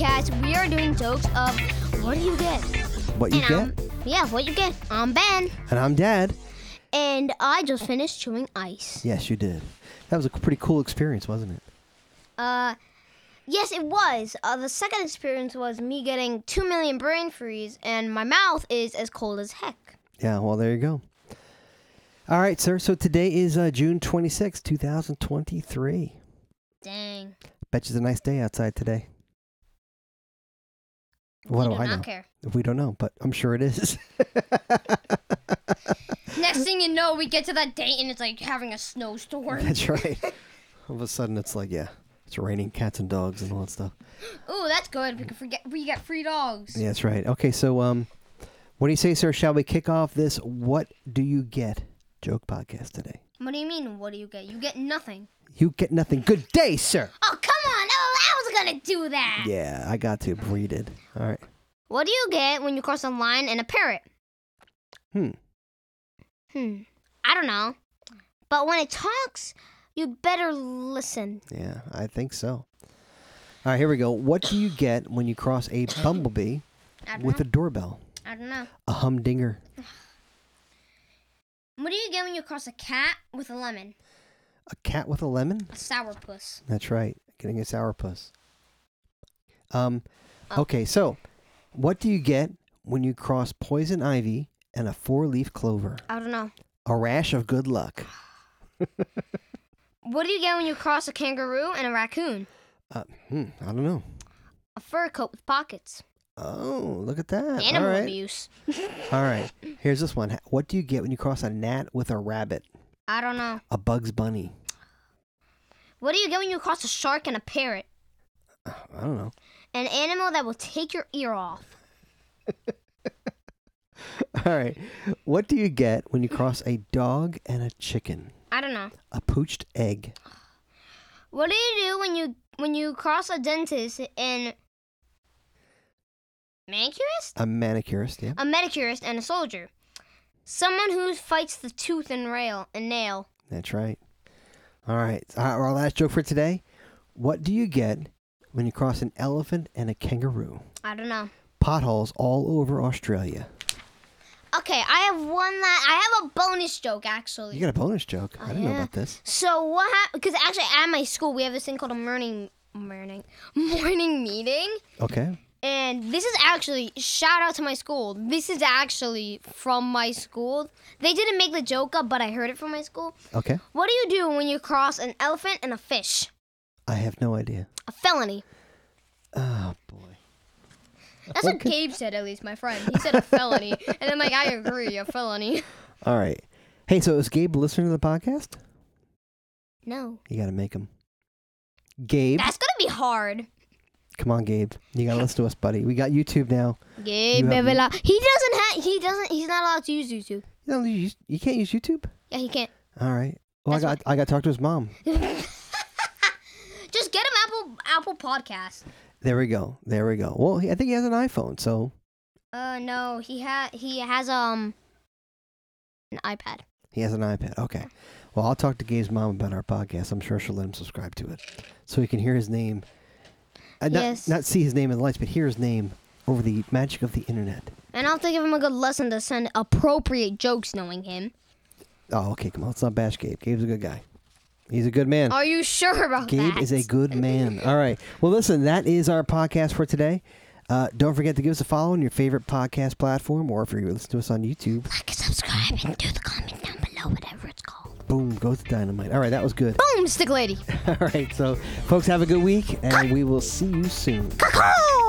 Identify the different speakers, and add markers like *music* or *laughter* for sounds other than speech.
Speaker 1: were doing jokes of what do you get?
Speaker 2: What you
Speaker 1: and
Speaker 2: get?
Speaker 1: I'm- yeah, what you get? I'm Ben,
Speaker 2: And I'm Dad.
Speaker 1: and I just finished chewing ice.
Speaker 2: Yes, you did. That was a pretty cool experience, wasn't it?
Speaker 1: Uh, yes, it was. Uh, the second experience was me getting two million brain freeze, and my mouth is as cold as heck.
Speaker 2: Yeah, well, there you go. All right, sir. So today is uh, June twenty sixth, 2023.
Speaker 1: Dang.
Speaker 2: Bet you it's a nice day outside today.
Speaker 1: I
Speaker 2: What
Speaker 1: do
Speaker 2: do I
Speaker 1: not
Speaker 2: know?
Speaker 1: care.
Speaker 2: We don't know, but I'm sure it is.
Speaker 1: Next thing you know, we get to that date, and it's like having a snowstorm.
Speaker 2: *laughs* That's right. All of a sudden, it's like, yeah, it's raining cats and dogs and all that stuff.
Speaker 1: *laughs* Ooh, that's good. We can forget we get free dogs.
Speaker 2: Yeah, that's right. Okay, so um, what do you say, sir? Shall we kick off this "What Do You Get" joke podcast today?
Speaker 1: What do you mean? What do you get? You get nothing.
Speaker 2: You get nothing. Good day, sir.
Speaker 1: Oh come on! Oh, I was gonna do that.
Speaker 2: Yeah, I got to. Before you did. All right.
Speaker 1: What do you get when you cross a lion and a parrot?
Speaker 2: Hmm.
Speaker 1: Hmm. I don't know. But when it talks, you better listen.
Speaker 2: Yeah, I think so. All right, here we go. What do you get when you cross a bumblebee
Speaker 1: I don't
Speaker 2: with a
Speaker 1: know.
Speaker 2: doorbell?
Speaker 1: I I don't know.
Speaker 2: A humdinger.
Speaker 1: What do you get when you cross a cat with a lemon?
Speaker 2: A cat with a lemon?
Speaker 1: A sourpuss.
Speaker 2: That's right. Getting a sourpuss. Um, okay, so what do you get when you cross poison ivy and a four-leaf clover?
Speaker 1: I don't know.
Speaker 2: A rash of good luck.
Speaker 1: What do you get when you cross a kangaroo and a raccoon?
Speaker 2: Uh, hmm, I don't know.
Speaker 1: A fur coat with pockets.
Speaker 2: Oh, look at that.
Speaker 1: Animal
Speaker 2: All right.
Speaker 1: abuse.
Speaker 2: All right. Here's this one. What do you get when you cross a gnat with a rabbit?
Speaker 1: I don't know.
Speaker 2: A Bugs Bunny.
Speaker 1: What do you get when you cross a shark and a parrot?
Speaker 2: I don't know. *laughs*
Speaker 1: An animal that will take your ear off.
Speaker 2: All right. What do you get when you cross a dog and a chicken?
Speaker 1: I don't know.
Speaker 2: A poached egg.
Speaker 1: What do you do when you when you cross a dentist and manicurist,
Speaker 2: A manicurist. Yeah.
Speaker 1: a medicurist, and a soldier? Someone who fights the tooth and rail and nail.
Speaker 2: That's right. All right. Our- Our last joke for today. What do you get when you cross an elephant and a kangaroo?
Speaker 1: I don't know.
Speaker 2: Potholes all over Australia.
Speaker 1: Okay, I have one la I have a bonus joke
Speaker 2: You
Speaker 1: actually.
Speaker 2: got a bonus joke. I didn't know
Speaker 1: yeah.
Speaker 2: about this.
Speaker 1: So what? hap Because actually, at my school, we have this thing called a morning morning *laughs* morning meeting.
Speaker 2: Okay.
Speaker 1: And this is actually shout out to my school. This is actually from my school. They didn't make the joke up, but I heard it from my school.
Speaker 2: Okay.
Speaker 1: What do you do when you cross an elephant and a fish?
Speaker 2: I have no idea.
Speaker 1: A felony.
Speaker 2: Oh boy.
Speaker 1: That's what Gabe said, at least, my friend. He said a
Speaker 2: *laughs*
Speaker 1: felony. And I'm like, I agree, a felony.
Speaker 2: All right. Hey, so is Gabe listening to the podcast?
Speaker 1: No.
Speaker 2: You got to make him. Gabe,
Speaker 1: That's going to be hard.
Speaker 2: come on, Gabe. You
Speaker 1: *laughs*
Speaker 2: got to listen to us, buddy. We got YouTube now.
Speaker 1: Gabe,
Speaker 2: You have-
Speaker 1: baby, la- he doesn't have, he doesn't, he's not allowed to use YouTube.
Speaker 2: You, don't use- you can't use YouTube.
Speaker 1: Yeah, he can't.
Speaker 2: All right. Well, I got
Speaker 1: That's
Speaker 2: I got to talk to his mom.
Speaker 1: Just get him Apple Apple Podcast.
Speaker 2: There we go. There we go. Well, he, I think he has an iPhone, so
Speaker 1: Uh, no, he ha- he has, um, an iPad.
Speaker 2: he has an iPad. Okay. Well, I'll talk to Gabe's mom about our podcast. I'm sure she'll let him subscribe to it, so he can hear his name. Uh, not,
Speaker 1: Yes.
Speaker 2: Not see his name in the lights, but hear his name over the magic of the internet.
Speaker 1: And I'll have to give him a good lesson to send appropriate jokes knowing him.
Speaker 2: Oh, okay. Come on. Let's not bash Gabe. Gabe's a good guy. He's a good man.
Speaker 1: Are you sure about
Speaker 2: Gabe
Speaker 1: that?
Speaker 2: is a good man. All right. Well, listen, that is our podcast for today. Uh, don't forget to give us a follow on your favorite podcast platform, or if you're listening to us on YouTube,
Speaker 1: like, subscribe, and do the comment down below, whatever it's called.
Speaker 2: boom, goes the dynamite. All right, that was good. *laughs*
Speaker 1: Boom, stick lady.
Speaker 2: All right, so folks, have a good week, and we will see you soon.
Speaker 1: Caw-caw!